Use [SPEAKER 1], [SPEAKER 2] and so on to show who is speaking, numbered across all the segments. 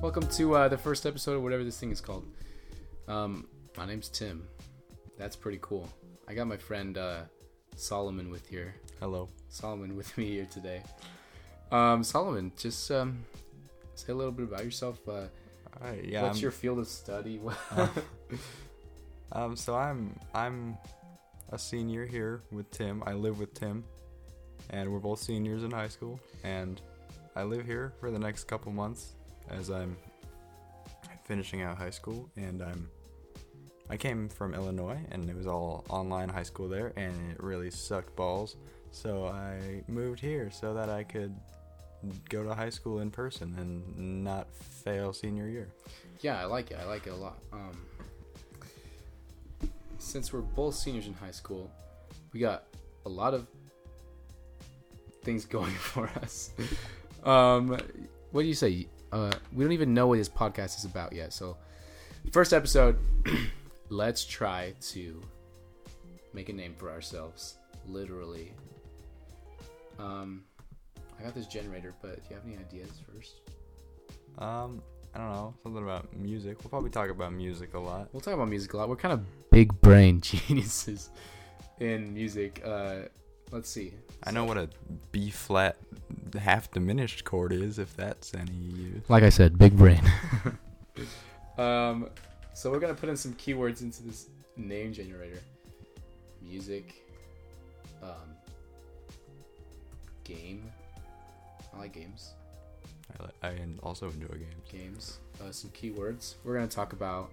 [SPEAKER 1] Welcome to uh, the first episode of whatever this thing is called. Um, my name's Tim. That's pretty cool. I got my friend uh, Solomon with here.
[SPEAKER 2] Hello.
[SPEAKER 1] Solomon with me here today. Um, Solomon, just um, say a little bit about yourself. Uh,
[SPEAKER 2] All right, yeah.
[SPEAKER 1] What's
[SPEAKER 2] I'm, Uh,
[SPEAKER 1] your field of study? What-
[SPEAKER 2] um, so I'm I'm a senior here with Tim. I live with Tim, and we're both seniors in high school. And I live here for the next couple months as I'm finishing out high school. And I'm I came from Illinois, and it was all online high school there, and it really sucked balls. So I moved here so that I could go to high school in person and not fail senior year.
[SPEAKER 1] yeah, I like it. I like it a lot. Um, since we're both seniors in high school, we got a lot of things going for us. Um, what do you say? Uh, we don't even know what this podcast is about yet. So, first episode, let's try to make a name for ourselves. Literally. Um, I got this generator, but do you have any ideas first?
[SPEAKER 2] Um, I don't know, something about music. We'll probably talk about music a lot.
[SPEAKER 1] We'll talk about music a lot. We're kind of big brain geniuses in music. Uh, let's see.
[SPEAKER 2] I know what a B flat half diminished chord is, if that's any use.
[SPEAKER 1] Like I said, big brain. um, so we're gonna put in some keywords into this name generator: music, um, game. I like games.
[SPEAKER 2] I, li- I en- also enjoy games.
[SPEAKER 1] Games. Uh, some keywords. We're gonna talk about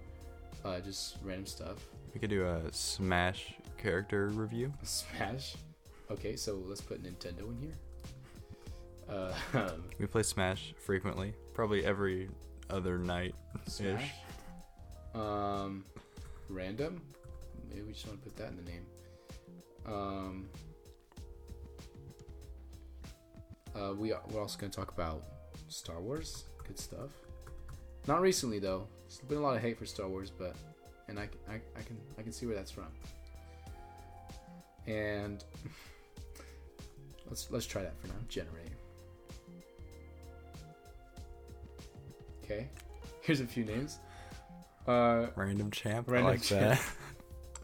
[SPEAKER 1] uh, just random stuff.
[SPEAKER 2] We could do a Smash character review.
[SPEAKER 1] Smash. Okay, so let's put Nintendo in here. Uh,
[SPEAKER 2] We play Smash frequently, probably every other night.
[SPEAKER 1] Smash. Um, random. Maybe we just want to put that in the name. Um, uh, we are, we're also going to talk about Star Wars. Good stuff. Not recently though. There's been a lot of hate for Star Wars, but and I, I, I can I can see where that's from. And let's let's try that for now. Generate. Okay. Here's a few names. Uh,
[SPEAKER 2] Random champ.
[SPEAKER 1] Random
[SPEAKER 2] I like
[SPEAKER 1] champ.
[SPEAKER 2] that.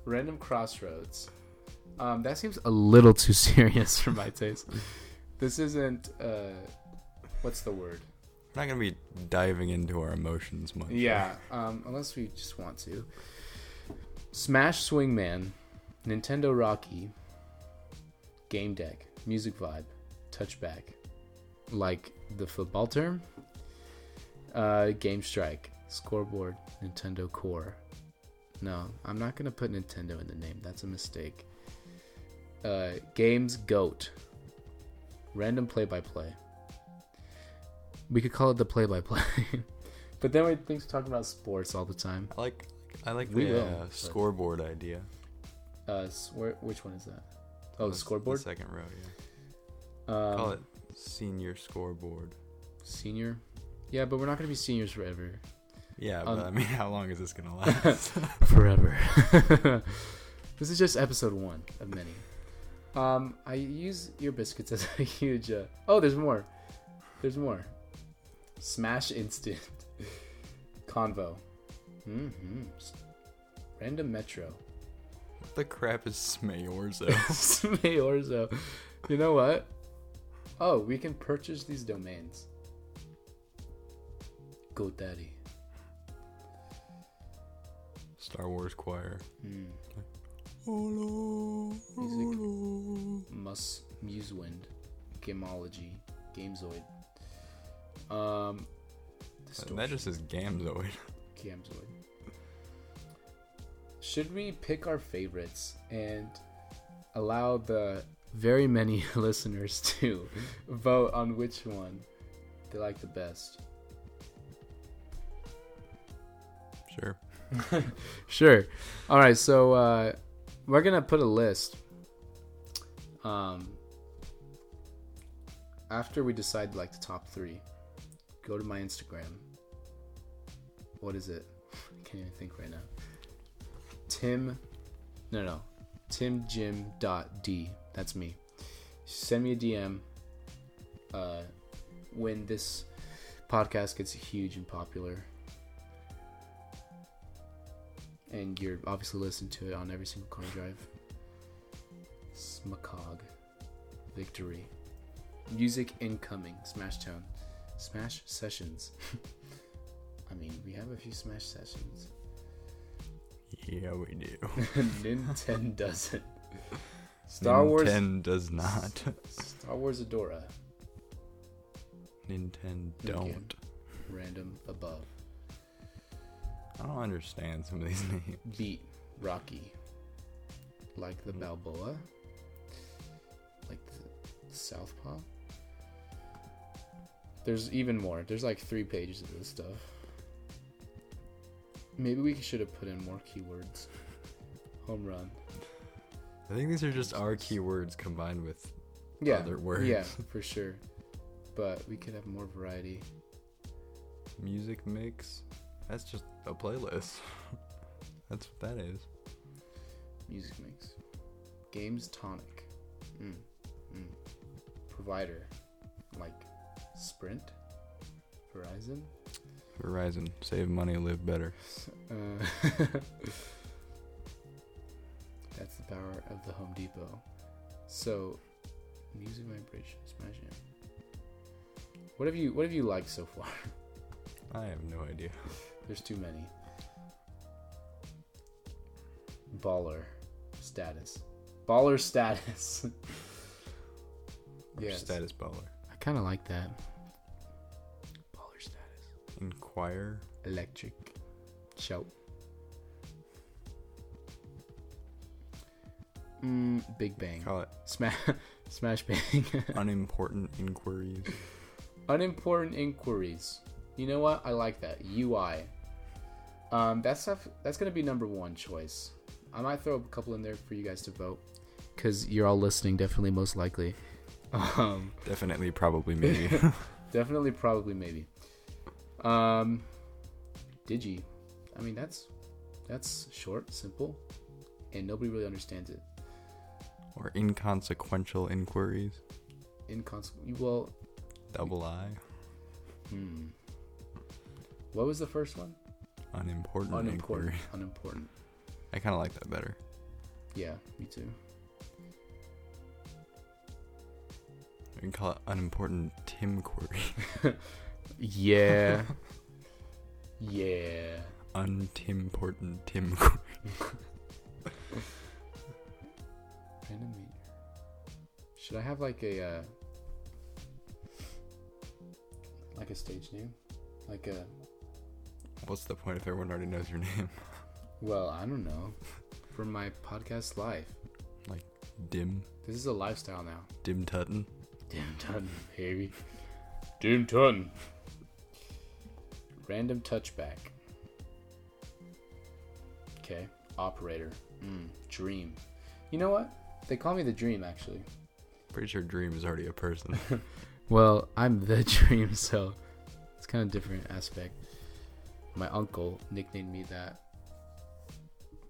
[SPEAKER 1] Random Crossroads. Um, that seems a little too serious for my taste. This isn't. Uh, what's the word?
[SPEAKER 2] We're not gonna be diving into our emotions much.
[SPEAKER 1] Yeah. Um, unless we just want to. Smash Swingman, Nintendo Rocky, Game Deck, Music Vibe, Touchback, like the football term. Uh, Game Strike, Scoreboard, Nintendo Core. No, I'm not gonna put Nintendo in the name. That's a mistake. Uh, games Goat, Random Play by Play. We could call it the Play by Play, but then we think talking about sports all the time.
[SPEAKER 2] I like. I like
[SPEAKER 1] We
[SPEAKER 2] the
[SPEAKER 1] will,
[SPEAKER 2] uh,
[SPEAKER 1] but-
[SPEAKER 2] scoreboard idea.
[SPEAKER 1] Uh, s- where, which one is that? Oh,
[SPEAKER 2] The s- the
[SPEAKER 1] scoreboard.
[SPEAKER 2] second row.
[SPEAKER 1] Um,
[SPEAKER 2] Yeah. uh, Call it senior scoreboard.
[SPEAKER 1] Senior. Yeah, but we're not gonna be seniors forever.
[SPEAKER 2] Yeah,
[SPEAKER 1] Um,
[SPEAKER 2] but I mean, how long is this gonna last?
[SPEAKER 1] Forever. this is just episode one of many. Um, I use your biscuits as a huge. Uh... Oh, there's more. There's more. Smash instant. Convo. Mm-hmm. Random Metro.
[SPEAKER 2] what the crap is Smayorzo?
[SPEAKER 1] Mayorzo. You know what? Oh, we can purchase these domains. GoDaddy.
[SPEAKER 2] Star Wars choir.
[SPEAKER 1] Hmm. Mus Musewind, Gameology, Gamezoid. Um,
[SPEAKER 2] Uh, That just is Gamzoid.
[SPEAKER 1] Gamzoid. Should we pick our favorites and allow the very many listeners to vote on which one they like the best?
[SPEAKER 2] Sure.
[SPEAKER 1] Sure. All right, so uh, we're gonna put a list. Um, after we decide like the top three, go to my Instagram. What is it? I can't even think right now. Tim, no, no, Tim Jim dot D. That's me. Send me a DM. Uh, when this podcast gets huge and popular. And you're obviously listening to it on every single car drive. Smacog. Victory. Music incoming. Smash Town. Smash Sessions. I mean, we have a few Smash Sessions.
[SPEAKER 2] Yeah, we do.
[SPEAKER 1] Nintendo doesn't. Star Wars.
[SPEAKER 2] Nintendo does not.
[SPEAKER 1] Star Wars Adora.
[SPEAKER 2] Nintendo don't.
[SPEAKER 1] Random above.
[SPEAKER 2] I don't understand some of these names.
[SPEAKER 1] Beat. Rocky. Like the Balboa. Like the Southpaw. There's even more. There's like three pages of this stuff. Maybe we should have put in more keywords. Home run.
[SPEAKER 2] I think these are just our keywords combined with.
[SPEAKER 1] yeah,
[SPEAKER 2] other words.
[SPEAKER 1] Yeah, for sure. But we could have more variety.
[SPEAKER 2] music mix. That's just a playlist. That's what that is.
[SPEAKER 1] Music mix. Games tonic. Mm. Mm. Provider. Like Sprint? Verizon?
[SPEAKER 2] Verizon, save money, live better.
[SPEAKER 1] Uh, that's the power of the Home Depot. So, music vibration, smash it. What have you What have you liked so far?
[SPEAKER 2] I have no idea.
[SPEAKER 1] There's too many. Baller status. Baller status.
[SPEAKER 2] Or
[SPEAKER 1] Yes.
[SPEAKER 2] Status baller.
[SPEAKER 1] I kind of like that. Baller status.
[SPEAKER 2] Inquire.
[SPEAKER 1] Electric. Shout. Mm, Big Bang.
[SPEAKER 2] Call it
[SPEAKER 1] Smash, smash bang.
[SPEAKER 2] unimportant inquiries.
[SPEAKER 1] Unimportant inquiries. You know what? I like that UI. Um, that stuff. That's gonna be number one choice. I might throw a couple in there for you guys to vote, cause you're all listening. Definitely, most likely. Um,
[SPEAKER 2] Definitely, probably, maybe.
[SPEAKER 1] definitely, probably, maybe. Um, Digi. I mean, that's that's short, simple, and nobody really understands it.
[SPEAKER 2] or inconsequential inquiries.
[SPEAKER 1] Inconsequential. Well,
[SPEAKER 2] Double I.
[SPEAKER 1] hmm. What was the first one?
[SPEAKER 2] Unimportant,
[SPEAKER 1] Unimportant.
[SPEAKER 2] inquiry.
[SPEAKER 1] Unimportant.
[SPEAKER 2] I kind of like that better.
[SPEAKER 1] Yeah, me too.
[SPEAKER 2] We can call it unimportant Tim query.
[SPEAKER 1] Yeah. yeah.
[SPEAKER 2] Untimportant Tim query.
[SPEAKER 1] Animator. Should I have like a uh, like a stage name? Like a
[SPEAKER 2] What's the point if everyone already knows your name?
[SPEAKER 1] well, I don't know. For my podcast life.
[SPEAKER 2] Dim.
[SPEAKER 1] This is a lifestyle now.
[SPEAKER 2] Dim Tutton.
[SPEAKER 1] Dim Tun, baby. Dim Tun. Random touchback. Okay. Operator. Mm, dream. You know what? They call me the dream, actually.
[SPEAKER 2] Pretty sure Dream is already a person.
[SPEAKER 1] Well, I'm the dream, so it's kind of different aspect. My uncle nicknamed me that.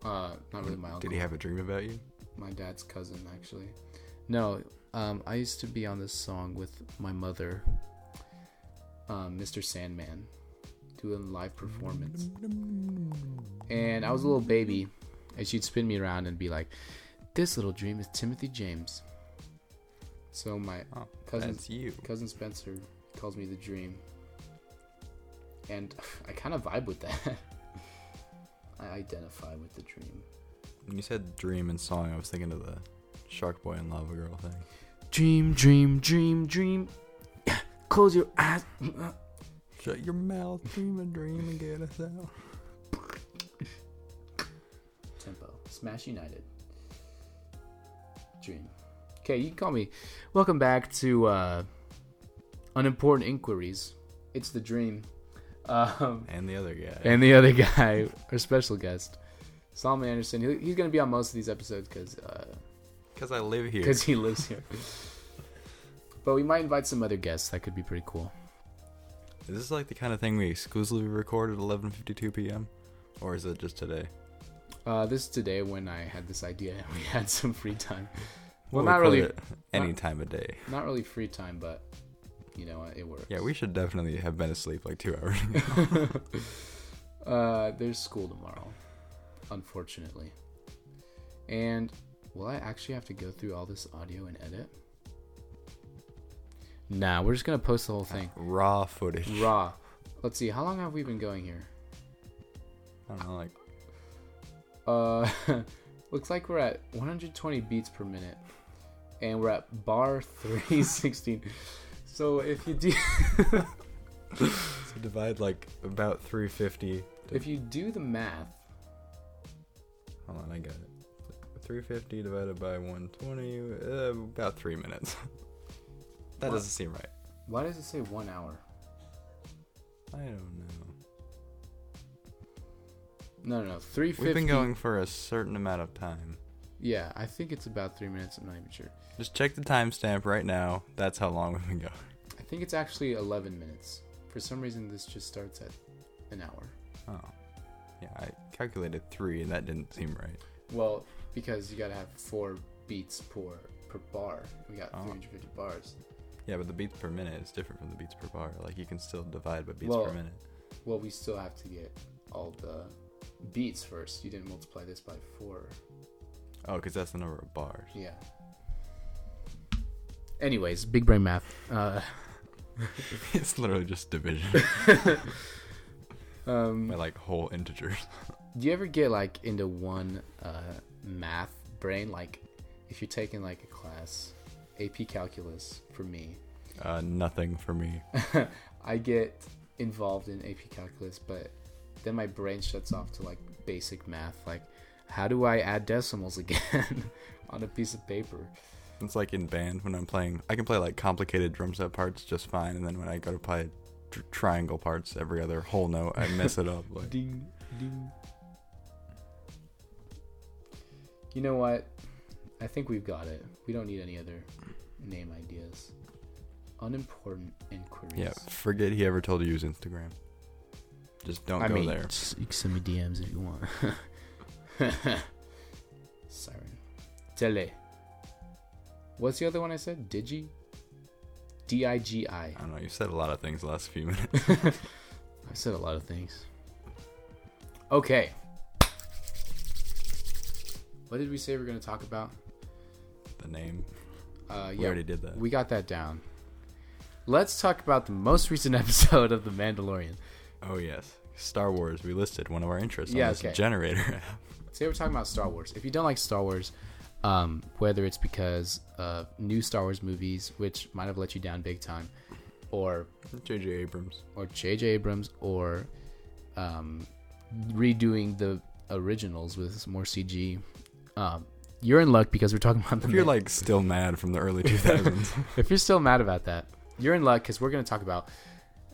[SPEAKER 1] Uh, not really my uncle.
[SPEAKER 2] Did he have a dream about you?
[SPEAKER 1] my dad's cousin, actually. No, um, I used to be on this song with my mother, um, Mr. Sandman, doing live performance. And I was a little baby, and she'd spin me around and be like, "This little dream is Timothy James." So my
[SPEAKER 2] Oh,
[SPEAKER 1] cousin
[SPEAKER 2] That's you.
[SPEAKER 1] cousin Spencer calls me the dream, and I kind of vibe with that. I identify with the dream.
[SPEAKER 2] When you said Dream and song, I was thinking of the Shark Boy and Lava Girl thing.
[SPEAKER 1] Dream, dream, dream, dream. Close your eyes.
[SPEAKER 2] Shut your mouth, dream a dream and get us out.
[SPEAKER 1] Tempo. Smash United. Dream. Okay, you can call me. Welcome back to uh, Unimportant Inquiries. It's the dream. Um,
[SPEAKER 2] And the other guy.
[SPEAKER 1] and the other guy, our special guest, Solomon Anderson. He, he's going to be on most of these episodes because. Uh,
[SPEAKER 2] Because I live here.
[SPEAKER 1] because he lives here. but we might invite some other guests. That could be pretty cool.
[SPEAKER 2] Is this like the kind of thing we exclusively record at 11:52 p.m. or is it just today?
[SPEAKER 1] Uh, this is today when I had this idea. We had some free time. Well,
[SPEAKER 2] We'll
[SPEAKER 1] not
[SPEAKER 2] record
[SPEAKER 1] really,
[SPEAKER 2] it Any time of day.
[SPEAKER 1] not really free time, but you know it works.
[SPEAKER 2] Yeah, we should definitely have been asleep like two hours.
[SPEAKER 1] uh, there's school tomorrow, unfortunately. And will I actually have to go through all this audio and edit? Nah, we're just gonna post the whole thing
[SPEAKER 2] Raw footage.
[SPEAKER 1] raw. Let's see, how long have we been going here?
[SPEAKER 2] I don't know, like
[SPEAKER 1] Uh, looks like we're at 120 beats per minute, and we're at bar 316. so if you do
[SPEAKER 2] so divide like about 350.
[SPEAKER 1] if you do the math,
[SPEAKER 2] Hold on, I got it. 350 divided by 120, uh, about three minutes. that
[SPEAKER 1] What?
[SPEAKER 2] doesn't seem right.
[SPEAKER 1] why does it say one hour?
[SPEAKER 2] I don't know.
[SPEAKER 1] No, no, no,
[SPEAKER 2] We've
[SPEAKER 1] 350.
[SPEAKER 2] been going for a certain amount of time.
[SPEAKER 1] Yeah, I think it's about three minutes. I'm not even sure.
[SPEAKER 2] Just check the timestamp right now. That's how long we've been going.
[SPEAKER 1] I think it's actually 11 minutes. For some reason, this just starts at an hour.
[SPEAKER 2] Oh. Yeah, I calculated three and that didn't seem right.
[SPEAKER 1] Well, because you gotta have four beats per per bar. We got
[SPEAKER 2] Oh.
[SPEAKER 1] 350 bars.
[SPEAKER 2] Yeah, but the beats per minute is different from the beats per bar. Like you can still divide by beats
[SPEAKER 1] Well-
[SPEAKER 2] per minute.
[SPEAKER 1] Well, we still have to get all the beats first. You didn't multiply this by four.
[SPEAKER 2] Oh, because that's the number of bars.
[SPEAKER 1] Yeah. Anyways, big brain math. Uh,
[SPEAKER 2] it's literally just division
[SPEAKER 1] um,
[SPEAKER 2] by like whole integers.
[SPEAKER 1] do you ever get like into one uh, math brain? Like, if you're taking like a class, AP Calculus for me,
[SPEAKER 2] Uh, nothing for me.
[SPEAKER 1] I get involved in AP calculus, but then my brain shuts off to like basic math, like how do I add decimals again on a piece of paper?
[SPEAKER 2] It's like in band when I'm playing. I can play like complicated drum set parts just fine, and then when I go to play tr- triangle parts, every other whole note I mess it up. Like
[SPEAKER 1] Ding, ding. You know what? I think we've got it. We don't need any other name ideas. Unimportant inquiries.
[SPEAKER 2] yeah, forget he ever told you use Instagram. Just don't
[SPEAKER 1] I
[SPEAKER 2] go
[SPEAKER 1] mean,
[SPEAKER 2] there.
[SPEAKER 1] just- you can send me DMs if you want. Siren. Tele. What's the other one I said? Digi? D I G I.
[SPEAKER 2] I don't know. You said a lot of things the last few minutes.
[SPEAKER 1] I've said a lot of things. Okay. What did we say we are going to talk about?
[SPEAKER 2] The name.
[SPEAKER 1] Uh,
[SPEAKER 2] We
[SPEAKER 1] yeah,
[SPEAKER 2] already did that.
[SPEAKER 1] we got that down. Let's talk about the most recent episode of The Mandalorian.
[SPEAKER 2] Oh yes, Star Wars. We listed one of our interests
[SPEAKER 1] Yeah,
[SPEAKER 2] on this
[SPEAKER 1] okay.
[SPEAKER 2] generator app.
[SPEAKER 1] Today we're talking about Star Wars. If you don't like Star Wars, um, whether it's because of new Star Wars movies, which might have let you down big time, or
[SPEAKER 2] J.J. Abrams.
[SPEAKER 1] or J.J. Abrams, or um, redoing the originals with more CG, um, you're in luck because we're talking about the.
[SPEAKER 2] If you're
[SPEAKER 1] Ma-
[SPEAKER 2] like still mad from the early 2000s,
[SPEAKER 1] if you're still mad about that, you're in luck because we're going to talk about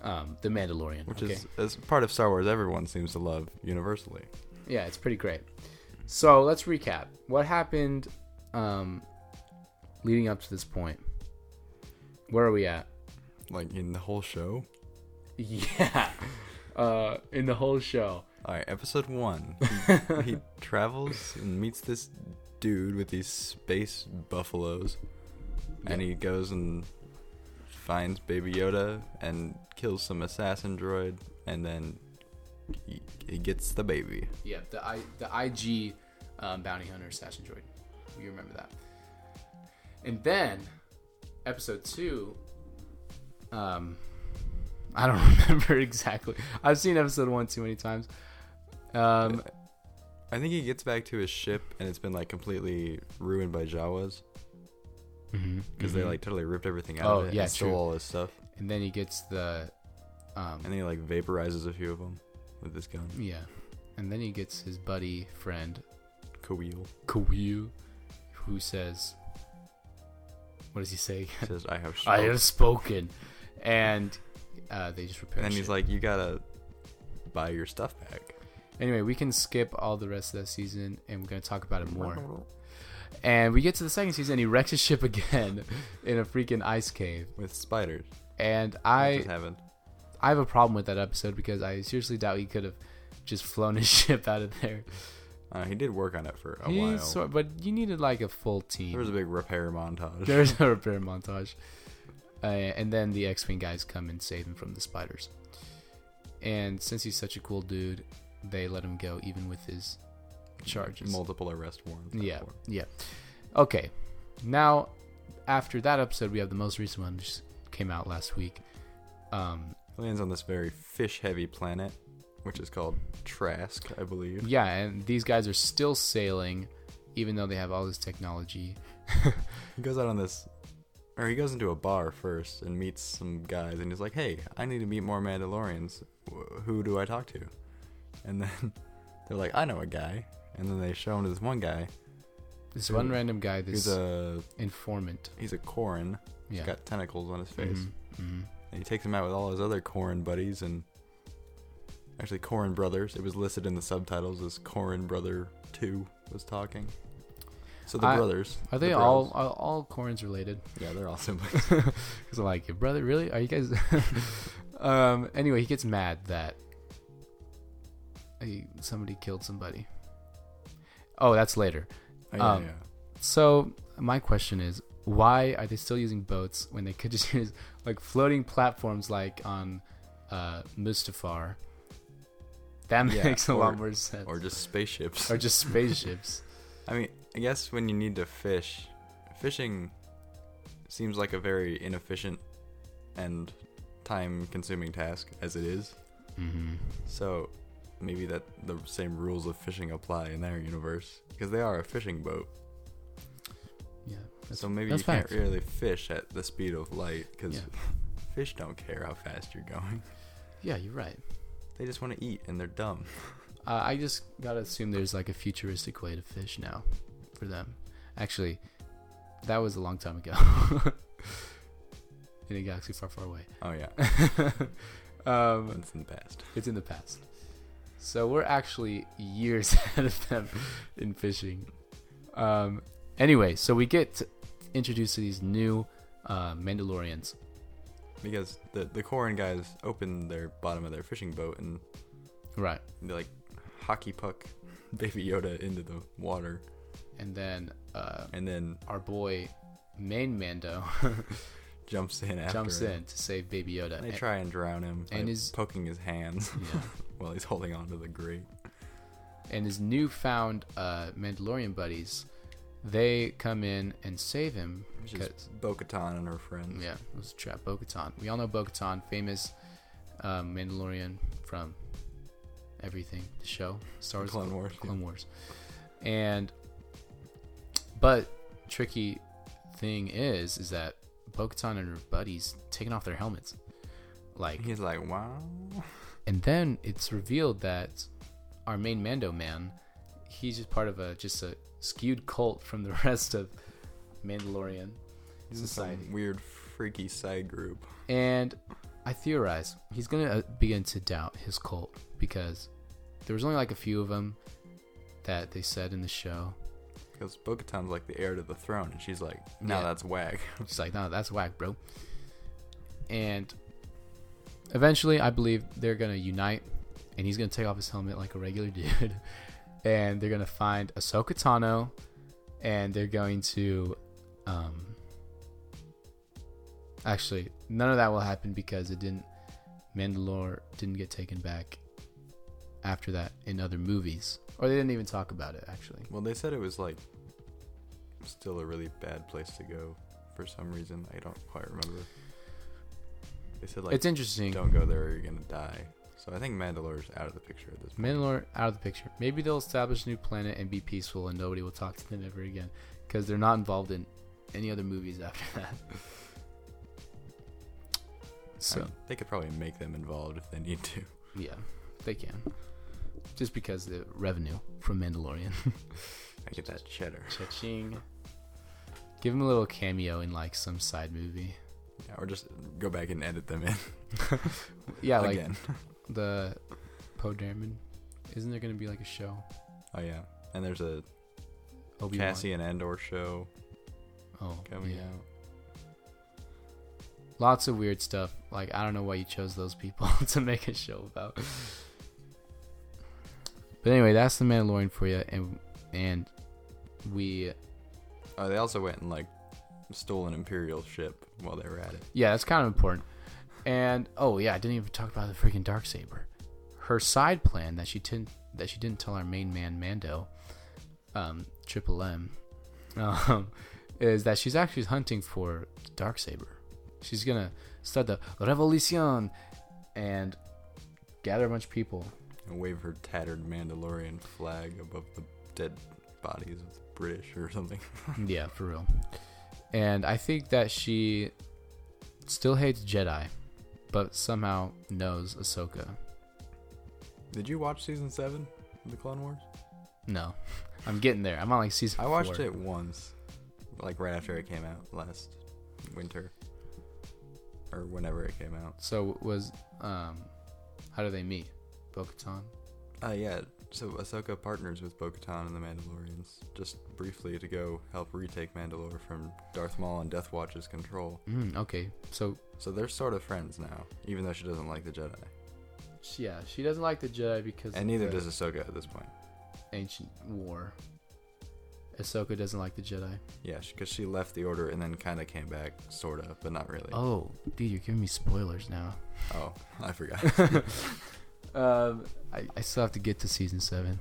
[SPEAKER 1] um, the Mandalorian,
[SPEAKER 2] which
[SPEAKER 1] okay?
[SPEAKER 2] is as part of Star Wars, everyone seems to love universally.
[SPEAKER 1] yeah, it's pretty great. So let's recap what happened um, leading up to this point. Where are we at?
[SPEAKER 2] Like in the whole show.
[SPEAKER 1] Yeah, uh, in the whole show.
[SPEAKER 2] All right, episode one. He, he travels and meets this dude with these space buffaloes, and he goes and finds Baby Yoda and kills some assassin droid, and then he, he gets the baby.
[SPEAKER 1] Yeah, the I the IG um, bounty hunter assassin droid. You remember that? And then episode two. Um, I don't remember exactly. I've seen episode one too many times. Um,
[SPEAKER 2] I think he gets back to his ship and it's been like completely ruined by Jawas
[SPEAKER 1] Mm-hmm.
[SPEAKER 2] because they like totally ripped everything out
[SPEAKER 1] Oh,
[SPEAKER 2] of it
[SPEAKER 1] yeah,
[SPEAKER 2] and stole
[SPEAKER 1] true.
[SPEAKER 2] all his stuff.
[SPEAKER 1] and then he gets the um,
[SPEAKER 2] And then he like vaporizes a few of them with this gun.
[SPEAKER 1] Yeah. And then he gets his buddy, friend,
[SPEAKER 2] Kawil
[SPEAKER 1] Kawil, who says, What does he say?
[SPEAKER 2] says, "I have."
[SPEAKER 1] I
[SPEAKER 2] shot."
[SPEAKER 1] have spoken. And uh, they just repair
[SPEAKER 2] And then
[SPEAKER 1] shit.
[SPEAKER 2] he's like, "You gotta buy your stuff back."
[SPEAKER 1] Anyway, we can skip all the rest of that season and we're going to talk about it more. And we get to the second season and he wrecks his ship again in a freaking ice cave.
[SPEAKER 2] with spiders.
[SPEAKER 1] And
[SPEAKER 2] I
[SPEAKER 1] I
[SPEAKER 2] just happened.
[SPEAKER 1] I have a problem with that episode because I seriously doubt he could have just flown his ship out of there.
[SPEAKER 2] Uh, he did work on it for a
[SPEAKER 1] He
[SPEAKER 2] while.
[SPEAKER 1] sort- but you needed like a full team.
[SPEAKER 2] there was a big repair montage.
[SPEAKER 1] There's a repair montage. Uh, and then the X Wing guys come and save him from the spiders. And since he's such a cool dude, they let him go even with his charges.
[SPEAKER 2] Multiple arrest warrants.
[SPEAKER 1] Yeah,
[SPEAKER 2] for him.
[SPEAKER 1] yeah. Okay, now after that episode, we have the most recent one, which came out last week. Um,
[SPEAKER 2] He lands on this very fish-heavy planet, which is called Trask, I believe.
[SPEAKER 1] yeah, and these guys are still sailing, even though they have all this technology.
[SPEAKER 2] He goes out on this, or he goes into a bar first and meets some guys, and he's like, "Hey, I need to meet more Mandalorians. Wh- Who do I talk to?" And then they're like, "I know a guy," and then they show him to this one guy
[SPEAKER 1] This
[SPEAKER 2] Who-
[SPEAKER 1] one random guy, this
[SPEAKER 2] who's a
[SPEAKER 1] informant.
[SPEAKER 2] he's a Corin.
[SPEAKER 1] Yeah.
[SPEAKER 2] He's got tentacles on his face,
[SPEAKER 1] Mhm, mhm.
[SPEAKER 2] and he takes him out with all his other Corin buddies and. Actually, Corin Brothers. It was listed in the subtitles as Corin Brother Two was talking. So the
[SPEAKER 1] I-
[SPEAKER 2] brothers
[SPEAKER 1] Are
[SPEAKER 2] the
[SPEAKER 1] they
[SPEAKER 2] bros-
[SPEAKER 1] all are all Corns related?
[SPEAKER 2] Yeah, they're all siblings.
[SPEAKER 1] Because I'm like, your brother, really? Are you guys? um. Anyway, he gets mad that he, somebody killed somebody. Oh, that's later.
[SPEAKER 2] Oh, yeah,
[SPEAKER 1] Um,
[SPEAKER 2] yeah.
[SPEAKER 1] So my question is, why are they still using boats when they could just use like floating platforms like on uh, Mustafar? That
[SPEAKER 2] Yeah,
[SPEAKER 1] makes a
[SPEAKER 2] or-
[SPEAKER 1] lot more sense.
[SPEAKER 2] Or just spaceships.
[SPEAKER 1] or just spaceships.
[SPEAKER 2] I mean, I guess when you need to fish, fishing seems like a very inefficient and time consuming task as it is.
[SPEAKER 1] mm-hmm.
[SPEAKER 2] So maybe that the same rules of fishing apply in their universe because they are a fishing boat.
[SPEAKER 1] Yeah. That's,
[SPEAKER 2] so maybe you
[SPEAKER 1] that's
[SPEAKER 2] can't
[SPEAKER 1] facts.
[SPEAKER 2] really fish at the speed of light because
[SPEAKER 1] Yeah.
[SPEAKER 2] fish don't care how fast you're going.
[SPEAKER 1] yeah, you're right.
[SPEAKER 2] They just want to eat and they're dumb.
[SPEAKER 1] Uh, I just gotta assume there's like a futuristic way to fish now for them. Actually, that was a long time ago in a galaxy far, far away.
[SPEAKER 2] Oh yeah,
[SPEAKER 1] um,
[SPEAKER 2] it's in the past.
[SPEAKER 1] it's in the past. So we're actually years ahead of them in fishing. Um, anyway, so we get introduced to these new uh, Mandalorians.
[SPEAKER 2] Because the the Corin guys open their bottom of their fishing boat and
[SPEAKER 1] Right.
[SPEAKER 2] they like hockey puck Baby Yoda into the water,
[SPEAKER 1] And then uh,
[SPEAKER 2] and then
[SPEAKER 1] our boy, main Mando,
[SPEAKER 2] jumps in after.
[SPEAKER 1] jumps
[SPEAKER 2] him.
[SPEAKER 1] in to save Baby Yoda.
[SPEAKER 2] They
[SPEAKER 1] And-
[SPEAKER 2] try and drown him by
[SPEAKER 1] and his-
[SPEAKER 2] poking his hands
[SPEAKER 1] yeah.
[SPEAKER 2] while he's holding onto the grate.
[SPEAKER 1] and his newfound uh, Mandalorian buddies, they come in and save him.
[SPEAKER 2] Which
[SPEAKER 1] 'cause-
[SPEAKER 2] is Bo Katan and her friends.
[SPEAKER 1] yeah, it was a trap. Bo Katan. We all know Bo Katan, famous um, Mandalorian from everything, the show, Star Wars,
[SPEAKER 2] Clone Wars, yeah.
[SPEAKER 1] Clone Wars. And, but tricky thing is, is that Bo Katan and her buddies taking off their helmets. Like,
[SPEAKER 2] He's like, wow.
[SPEAKER 1] and then it's revealed that our main Mando man, he's just part of a just a skewed cult from the rest of Mandalorian
[SPEAKER 2] He's in some
[SPEAKER 1] society.
[SPEAKER 2] weird, freaky side group.
[SPEAKER 1] And I theorize he's gonna uh, begin to doubt his cult because there was only like a few of them that they said in the show.
[SPEAKER 2] Because Bo Katan's like the heir to the throne, and she's like, no,
[SPEAKER 1] Yeah.
[SPEAKER 2] that's whack.
[SPEAKER 1] She's like, no, that's whack, bro. And eventually, I believe they're gonna unite, and he's gonna take off his helmet like a regular dude, and they're gonna find Ahsoka Tano, and they're going to, um, actually, none of that will happen because it didn't. Mandalore didn't get taken back after that in other movies, or they didn't even talk about it actually.
[SPEAKER 2] Well, they said it was like still a really bad place to go for some reason. I don't quite remember. They said like
[SPEAKER 1] it's interesting.
[SPEAKER 2] don't go there or you're gonna die. So I think Mandalore's out of the picture at this point.
[SPEAKER 1] Mandalore out of the picture. Maybe they'll establish a new planet and be peaceful, and nobody will talk to them ever again because they're not involved in any other movies after that.
[SPEAKER 2] I
[SPEAKER 1] So
[SPEAKER 2] mean, they could probably make them involved if they need to.
[SPEAKER 1] Um, yeah, they can. Just because the revenue from Mandalorian.
[SPEAKER 2] I get that cheddar.
[SPEAKER 1] Cha-ching. Give him a little cameo in like some side movie.
[SPEAKER 2] Yeah, or just go back and edit them in
[SPEAKER 1] Yeah, like
[SPEAKER 2] again.
[SPEAKER 1] the Poe Dameron. Isn't there gonna be like a show?
[SPEAKER 2] Oh yeah. And there's a
[SPEAKER 1] Obi
[SPEAKER 2] Cassie and Endor show
[SPEAKER 1] Oh,
[SPEAKER 2] coming
[SPEAKER 1] yeah.
[SPEAKER 2] out.
[SPEAKER 1] lots of weird stuff. Like I don't know why you chose those people to make a show about. But anyway, that's the Mandalorian for you, and and we
[SPEAKER 2] Oh, they also went and like stole an imperial ship while they were at it.
[SPEAKER 1] Yeah, that's kind of important. And oh yeah, I didn't even talk about the freaking dark saber. Her side plan that she didn't that she didn't tell our main man Mando, um, Triple M, um, is that she's actually hunting for the dark saber. She's gonna start the revolution and gather a bunch of people.
[SPEAKER 2] and wave her tattered Mandalorian flag above the dead bodies of the British or something.
[SPEAKER 1] yeah, for real. And I think that she still hates Jedi, but somehow knows Ahsoka.
[SPEAKER 2] Did you watch season seven of the Clone Wars?
[SPEAKER 1] No, I'm getting there. I'm on like season.
[SPEAKER 2] I watched
[SPEAKER 1] four.
[SPEAKER 2] it once, like right after it came out last winter, or whenever it came out.
[SPEAKER 1] So was um, how do they meet? Bo-Katan.
[SPEAKER 2] Uh, yeah. So Ahsoka partners with Bo-Katan and the Mandalorians just briefly to go help retake Mandalore from Darth Maul and Death Watch's control.
[SPEAKER 1] Mm, okay, so
[SPEAKER 2] So they're sort of friends now, even though she doesn't like the Jedi,
[SPEAKER 1] sh- yeah, she doesn't like the Jedi because
[SPEAKER 2] and neither
[SPEAKER 1] of the
[SPEAKER 2] does Ahsoka at this point.
[SPEAKER 1] ancient war. Ahsoka doesn't like the Jedi.
[SPEAKER 2] Yeah, because she left the order and then kind of came back, sort of, but not really. Oh,
[SPEAKER 1] Oh, dude, you're giving me spoilers now.
[SPEAKER 2] I forgot.
[SPEAKER 1] um, I, I still have to get to season seven.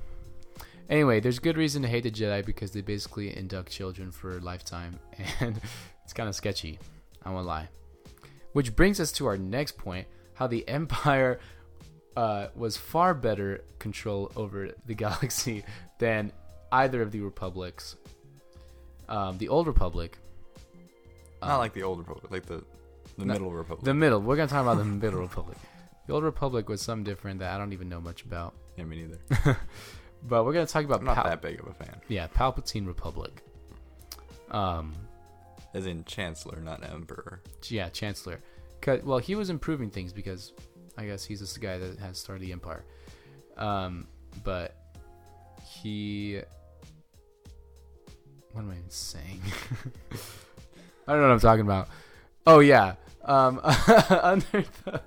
[SPEAKER 1] Anyway, there's good reason to hate the Jedi because they basically induct children for a lifetime, and it's kind of sketchy. I won't lie. Which brings us to our next point: how the Empire uh, was far better control over the galaxy than either of the republics. Um, the Old Republic,
[SPEAKER 2] not like the old Republic, like the the
[SPEAKER 1] No,
[SPEAKER 2] middle Republic.
[SPEAKER 1] the middle. We're gonna talk about the middle Republic. The Old Republic was something different that I don't even know much about.
[SPEAKER 2] yeah, me neither.
[SPEAKER 1] But we're gonna talk about
[SPEAKER 2] I'm not
[SPEAKER 1] Pal-
[SPEAKER 2] that big of a fan.
[SPEAKER 1] yeah, Palpatine Republic. Um,
[SPEAKER 2] As in Chancellor, not Emperor.
[SPEAKER 1] yeah, Chancellor. 'Cause- well, he was improving things because I guess he's this guy that has started the Empire. Um, but he, what am I even saying? I don't know what I'm talking about. Oh yeah, um, under the.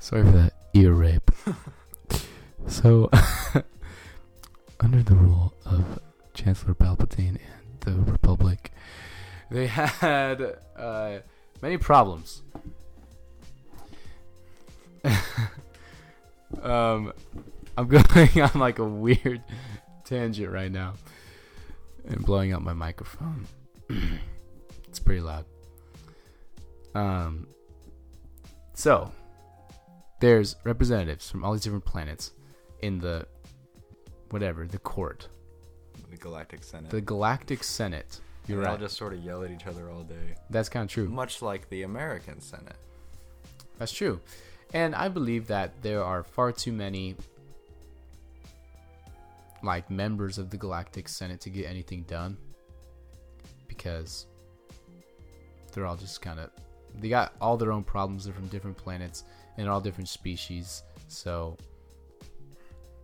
[SPEAKER 1] Sorry for that ear rape. so, under the rule of Chancellor Palpatine and the Republic, they had uh, many problems. um, I'm going on like a weird tangent right now and blowing up my microphone. it's pretty loud. Um, so there's representatives from all these different planets in the whatever the court,
[SPEAKER 2] The Galactic Senate.
[SPEAKER 1] the Galactic Senate. You're
[SPEAKER 2] they all
[SPEAKER 1] right.
[SPEAKER 2] just sort of yell at each other all day,
[SPEAKER 1] That's kind of true.
[SPEAKER 2] much like the American Senate.
[SPEAKER 1] That's true. And I believe that there are far too many like members of the Galactic Senate to get anything done because they're all just kind of they got all their own problems. They're from different planets and all different species. So,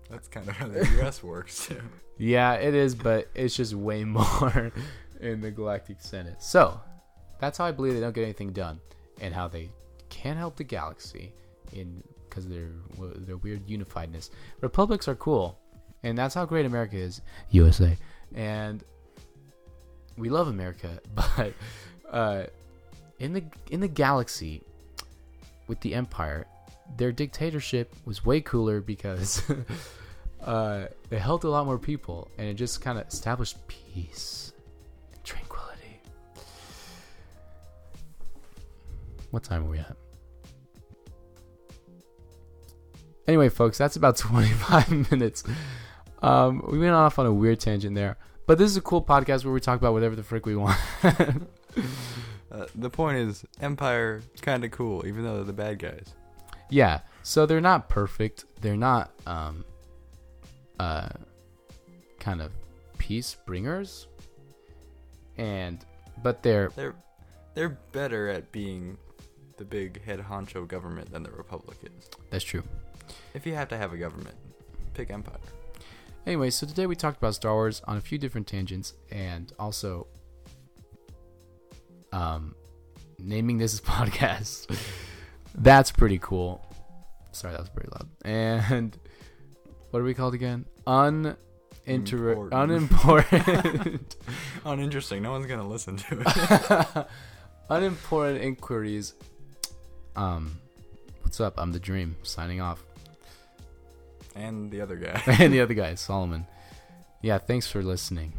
[SPEAKER 2] That's kind of how the U.S. works too.
[SPEAKER 1] yeah, it is, but it's just way more in the Galactic Senate. So, that's how I believe they don't get anything done and how they can help the galaxy in because of their w- their weird unifiedness. Republics are cool, and that's how great America is, USA, and we love America. But uh, in the in the galaxy with the Empire, their dictatorship was way cooler because uh, they helped a lot more people, and it just kind of established peace, and tranquility. What time are we at? Anyway, folks, that's about 25 minutes. Um, we went off on a weird tangent there, but this is a cool podcast where we talk about whatever the frick we want.
[SPEAKER 2] Uh, the point is, Empire kind of cool, even though they're the bad guys.
[SPEAKER 1] yeah, so they're not perfect. They're not um, uh, kind of peace bringers, and but they're
[SPEAKER 2] They're they're better at being the big head honcho government than the Republic is.
[SPEAKER 1] that's true.
[SPEAKER 2] If you have to have a government, pick Empire.
[SPEAKER 1] Anyway, so today we talked about Star Wars on a few different tangents and also um naming this as podcast. That's pretty cool. Sorry, that was pretty loud. And what are we called again? Un Inter-
[SPEAKER 2] Important.
[SPEAKER 1] unimportant
[SPEAKER 2] Uninteresting. Oh, No one's gonna listen to it.
[SPEAKER 1] unimportant inquiries. Um, what's up? I'm the Dream signing off,
[SPEAKER 2] and the other guy.
[SPEAKER 1] and the other guy is Solomon. Yeah, thanks for listening.